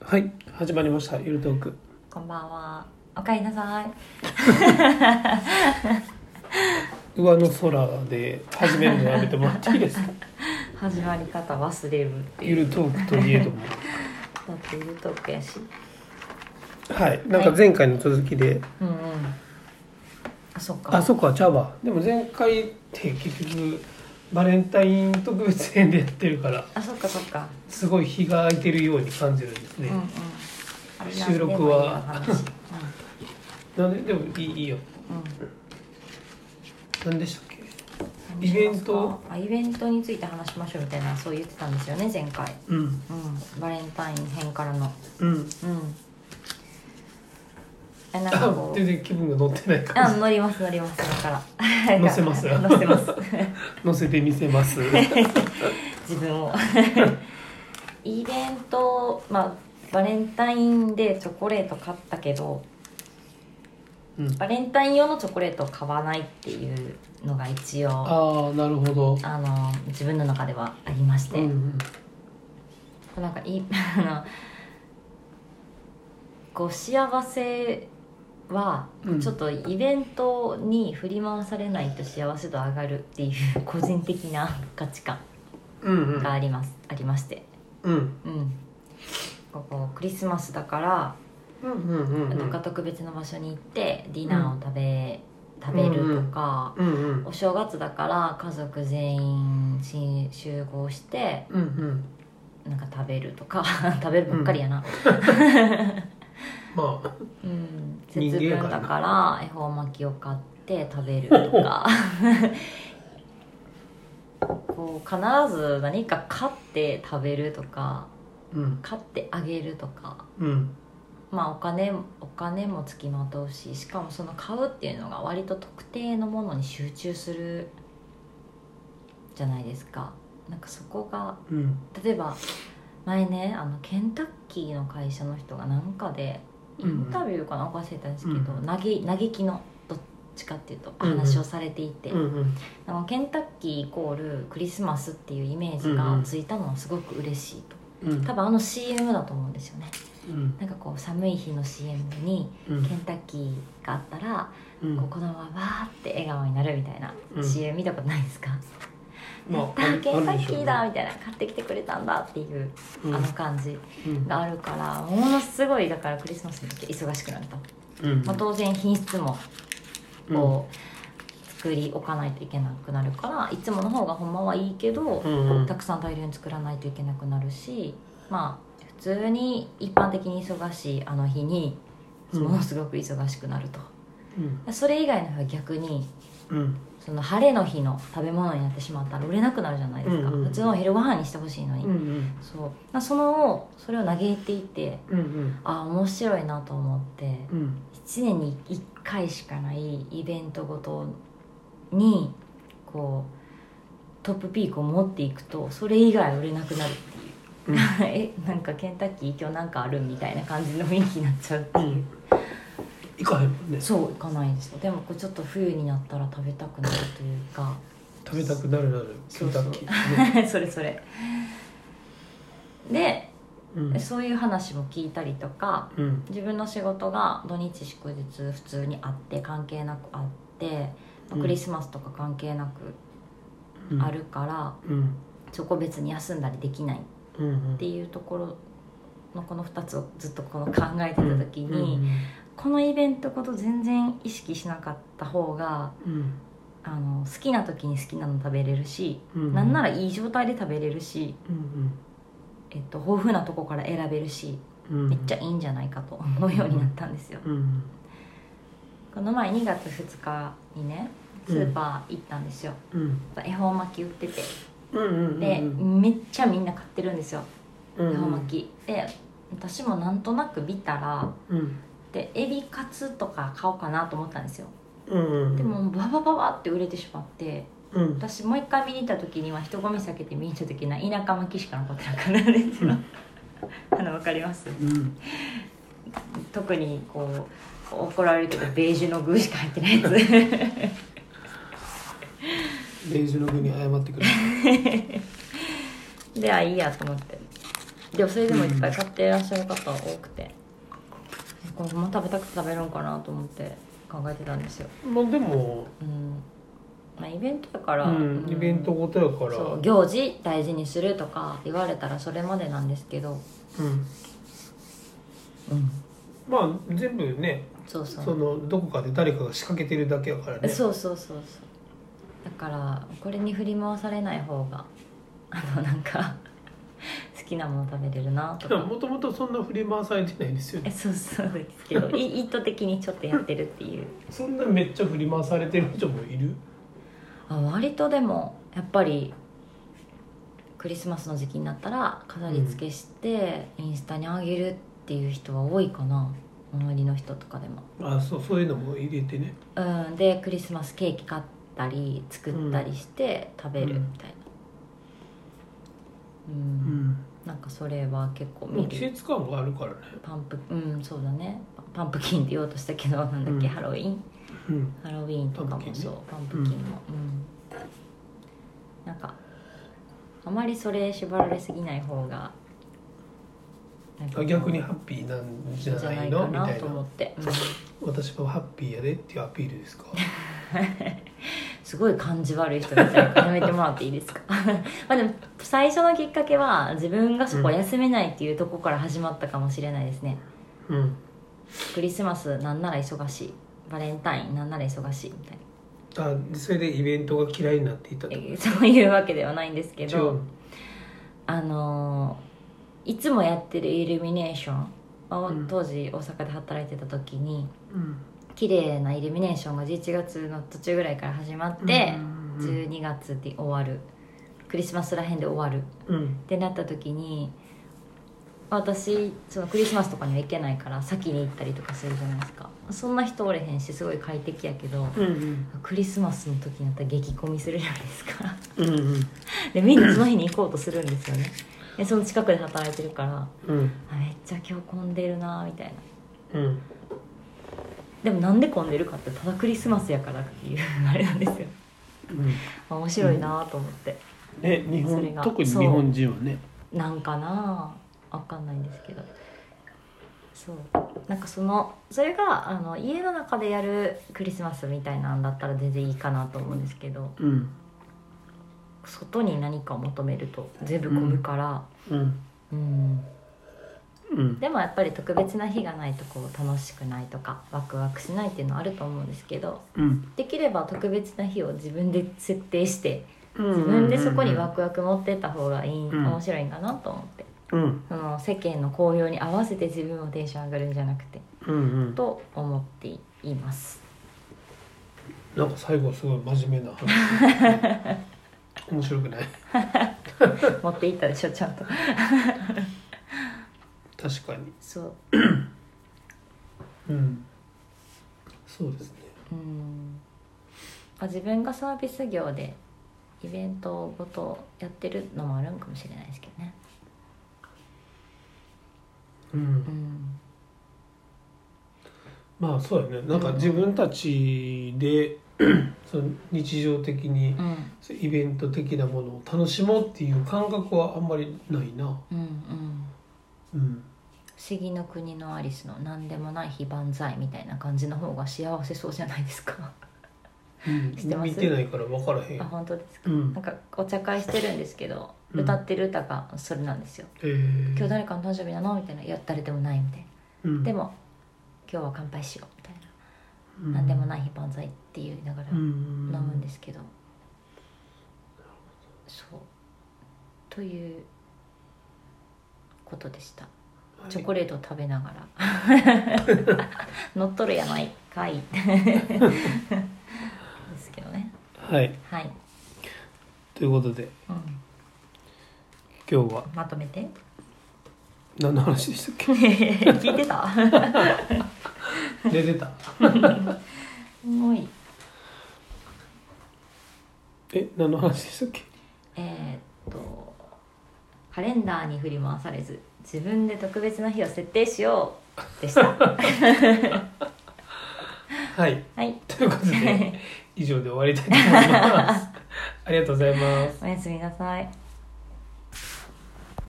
はい始まりましたゆるトークこんばんは。おかえりなさい。上の空で始めるのやめてもらっていいですか始まり方忘れるっていう。ゆるトークといえどもだってゆるトークやし。はいなんか前回の続きで、うんうん。あ、そっか。あそこは茶葉でも前回って結局バレンタイン特別編でやってるからあそっかそっか。すごい日が空いてるように感じるんですねうんう、ん。あれなんで収録もいいはわ話なんででもいいいいようんうん何でしたっけ何しますかイベントあイベントについて話しましょうみたいなそう言ってたんですよね前回うんうんバレンタイン編からのうんうんえなんかあこう全然気分が乗ってないあ感乗ります乗りますだから乗せます 乗せますじ乗せてみせます自分を イベントまあバレンタインでチョコレート買ったけどうんバレンタイン用のチョコレートを買わないっていうのが一応あああなるほどの自分の中ではありまして、うんなんかい あのご幸せはうんちょっとイベントに振り回されないと幸せ度上がるっていう個人的な価値観うんうんがあります、ありましてうんうん、ここクリスマスだから、うんうんうんうんどっか特別な場所に行ってディナーを食べ,、食べるとか、うんうんお正月だから家族全員し集合してうんうんなんか食べるとか 食べるばっかりやな、まあうん人節間やから分だから恵方巻きを買って食べるとか こう必ず何か買って食べるとかうん買ってあげるとかうんまあお金お金もつきまとうししかもその買うっていうのが割と特定のものに集中するじゃないですかなんかそこがうん例えば前ねあのケンタッキーの会社の人がなんかでインタビューかな忘れたんですけど、うん嘆嘆きのどっちかっていうとうんうん話をされていて、うんうんあのケンタッキーイコールクリスマスっていうイメージがついたのはすごく嬉しいとうん多分あの CM だと思うんですよねうんなんかこう寒い日の CM にうんケンタッキーがあったら、うんこう子供はわーって笑顔になるみたいなうん CM 見たことないですか、まや あったあーるケンタッキーだあみたいな買ってきてくれたんだっていう、るでしょうねあの感じうんがあるからものすごいだからクリスマスの時忙しくなると、うんまあ、当然品質もうんこう作り置かないといけなくなるからいつもの方がほんまはいいけど、うんうんたくさん大量に作らないといけなくなるしまあ普通に一般的に忙しいあの日にうんものすごく忙しくなると、うんそれ以外の日は逆にうんその晴れの日の食べ物になってしまったら売れなくなるじゃないですか、うんうんうん普通のお昼ご飯にしてほしいのに、うんうんそうまあそのそれを嘆いていてうんうんああ面白いなと思ってうん1年に1回しかないイベントごとにこうトップピークを持っていくとそれ以外売れなくなるっていう えなんかケンタッキー今日なんかあるみたいな感じの雰囲気になっちゃうってういうんいかへんもんねそう行かないんですよでもこれちょっと冬になったら食べたくなるというか食べたくなるなるケそンうタそうッキー ねそれそれでうんそういう話も聞いたりとかうん自分の仕事が土日祝日普通にあって関係なくあってうんクリスマスとか関係なくうんあるから、うんそこ別に休んだりできないっうんうんていうところのこの2つをずっとこの考えてた時に、このイベントこと全然意識しなかった方がうんあの好きな時に好きなの食べれるし、うんなんならいい状態で食べれるし、うんえっと、豊富なとこから選べるしうんうんめっちゃいいんじゃないかと思うようになったんですよ。うんこの前2月2日にねスーパー行ったんですよ、うん恵方巻き売っててうんうんで、うんめっちゃみんな買ってるんですようん恵方巻き、で私もなんとなく見たらうんでエビカツとか買おうかなと思ったんですようんうんでもババババって売れてしまってうん私もう一回見に行った時には人混み避けて見に行った時には田舎巻きしか残ってなかったんですよあのわかりますうん特にこう怒られるけどベージュの具しか入ってないやつベージュの具に謝ってくれ であいいやと思ってでもそれでもいっぱい買ってらっしゃる方多くて、これご飯食べたくて食べるんかなと思って考えてたんですよ、まあでも、うんまあ、イベントだから、うん、うんイベントごとやからそうう、行事大事にするとか言われたらそれまでなんですけど、ん、うん、まあ全部ねそうそうそのどこかで誰かが仕掛けてるだけやからねそうそうそうそうだからこれに振り回されない方が あのなんか 好きなもの食べれるなとでかももともとそんな振り回されてないですよえねそうそうですけどい意図的にちょっとやってるっていうそんなめっちゃ振り回されてる人もいる あ割とでもやっぱりクリスマスの時期になったら飾り付けしてインスタにあげるっていう人は多いかな周りの人とかでもあそうそういうのも入れてねうんでクリスマスケーキ買ったり作ったりして食べるみたいなうん、うんなんかそれは結構もう見季る節感があるからねパンプうんそうだねパンプキンって言おうとしたけどなんだっけ、うんハロウィンうんハロウィンとかもそうパンプキン,、も、うんなんかあまりそれ縛られすぎない方がなんあ逆にハッピーなんじゃじゃなないいのかみたないと思なって、うん私はハッピーやでっていうアピールです かすごい感じ悪い人みたいなやめてもらっていいですか まあでも最初のきっかけは自分がそこ休めないっていうとこから始まったかもしれないですね、うんクリスマスなんなら忙しいバレンタインなんなら忙しいみたいなあそれでイベントが嫌いになっていたとえそういうわけではないんですけ違どうあのーいつもやってるイルミネーションをうん当時大阪で働いてた時にうん綺麗なイルミネーションが11月の途中ぐらいから始まってうん12月で終わるクリスマスらへんで終わるうんってなった時に私そのクリスマスとかには行けないから先に行ったりとかするじゃないですかそんな人おれへんしすごい快適やけどうんクリスマスの時になったら激混みするじゃないですかうんうんでみんなその日に行こうとするんですよねでその近くで働いてるからうんあめっちゃ今日混んでるなみたいなうんでもなんで混んでるかってただクリスマスやからっていうあれなんですようん面白いなと思って、ね日それ本が特に日本人はねなんかなあわかんないんですけどそうなんかそのそれがあの家の中でやるクリスマスみたいなんだったら全然いいかなと思うんですけどうん外に何かを求めると全部混むから、うんうんうんでもやっぱり特別な日がないとこう楽しくないとかワクワクしないっていうのはあると思うんですけどうんできれば特別な日を自分で設定してうん自分でそこにワクワク持ってった方がいい、うん面白いんかなと思ってうんその世間の紅葉に合わせて自分もテンション上がるんじゃなくてうんうんと思っていますなんか最後すごい真面目な話面白くない持っていったでしょちゃんと確かにそううんそうですねうんまあ自分がサービス業でイベントごとやってるのもあるんかもしれないですけどねううんんまあそうだねなんか自分たちでその日常的にうんそうイベント的なものを楽しもうっていう感覚はあんまりないなうんうんうん不思議の国のアリスの何でもない非万歳みたいな感じの方が幸せそうじゃないですかうん知ってます見てないから分からへあん本当ですかうんなんかお茶会してるんですけど、うん歌ってる歌がそれなんですよえ「今日ー誰かの誕生日なの?」みたいな「いや誰でもない」みたいなうん「でも今日は乾杯しよう」みたいなう「何んでもない日万歳」って言いながらうん飲むんですすけど、そうということでしたチョコレートを食べながら 乗っとるやないかいですけどねはいはい、ということでうん、今日はまとめて何の話でしたっけ 聞いてた 出てたすごいえ何の話でしたっ けえーっとカレンダーに振り回されず自分で特別な日を設定しようでしたはいはいということ で以上で終わりたいと思いますありがとうございますおやすみなさい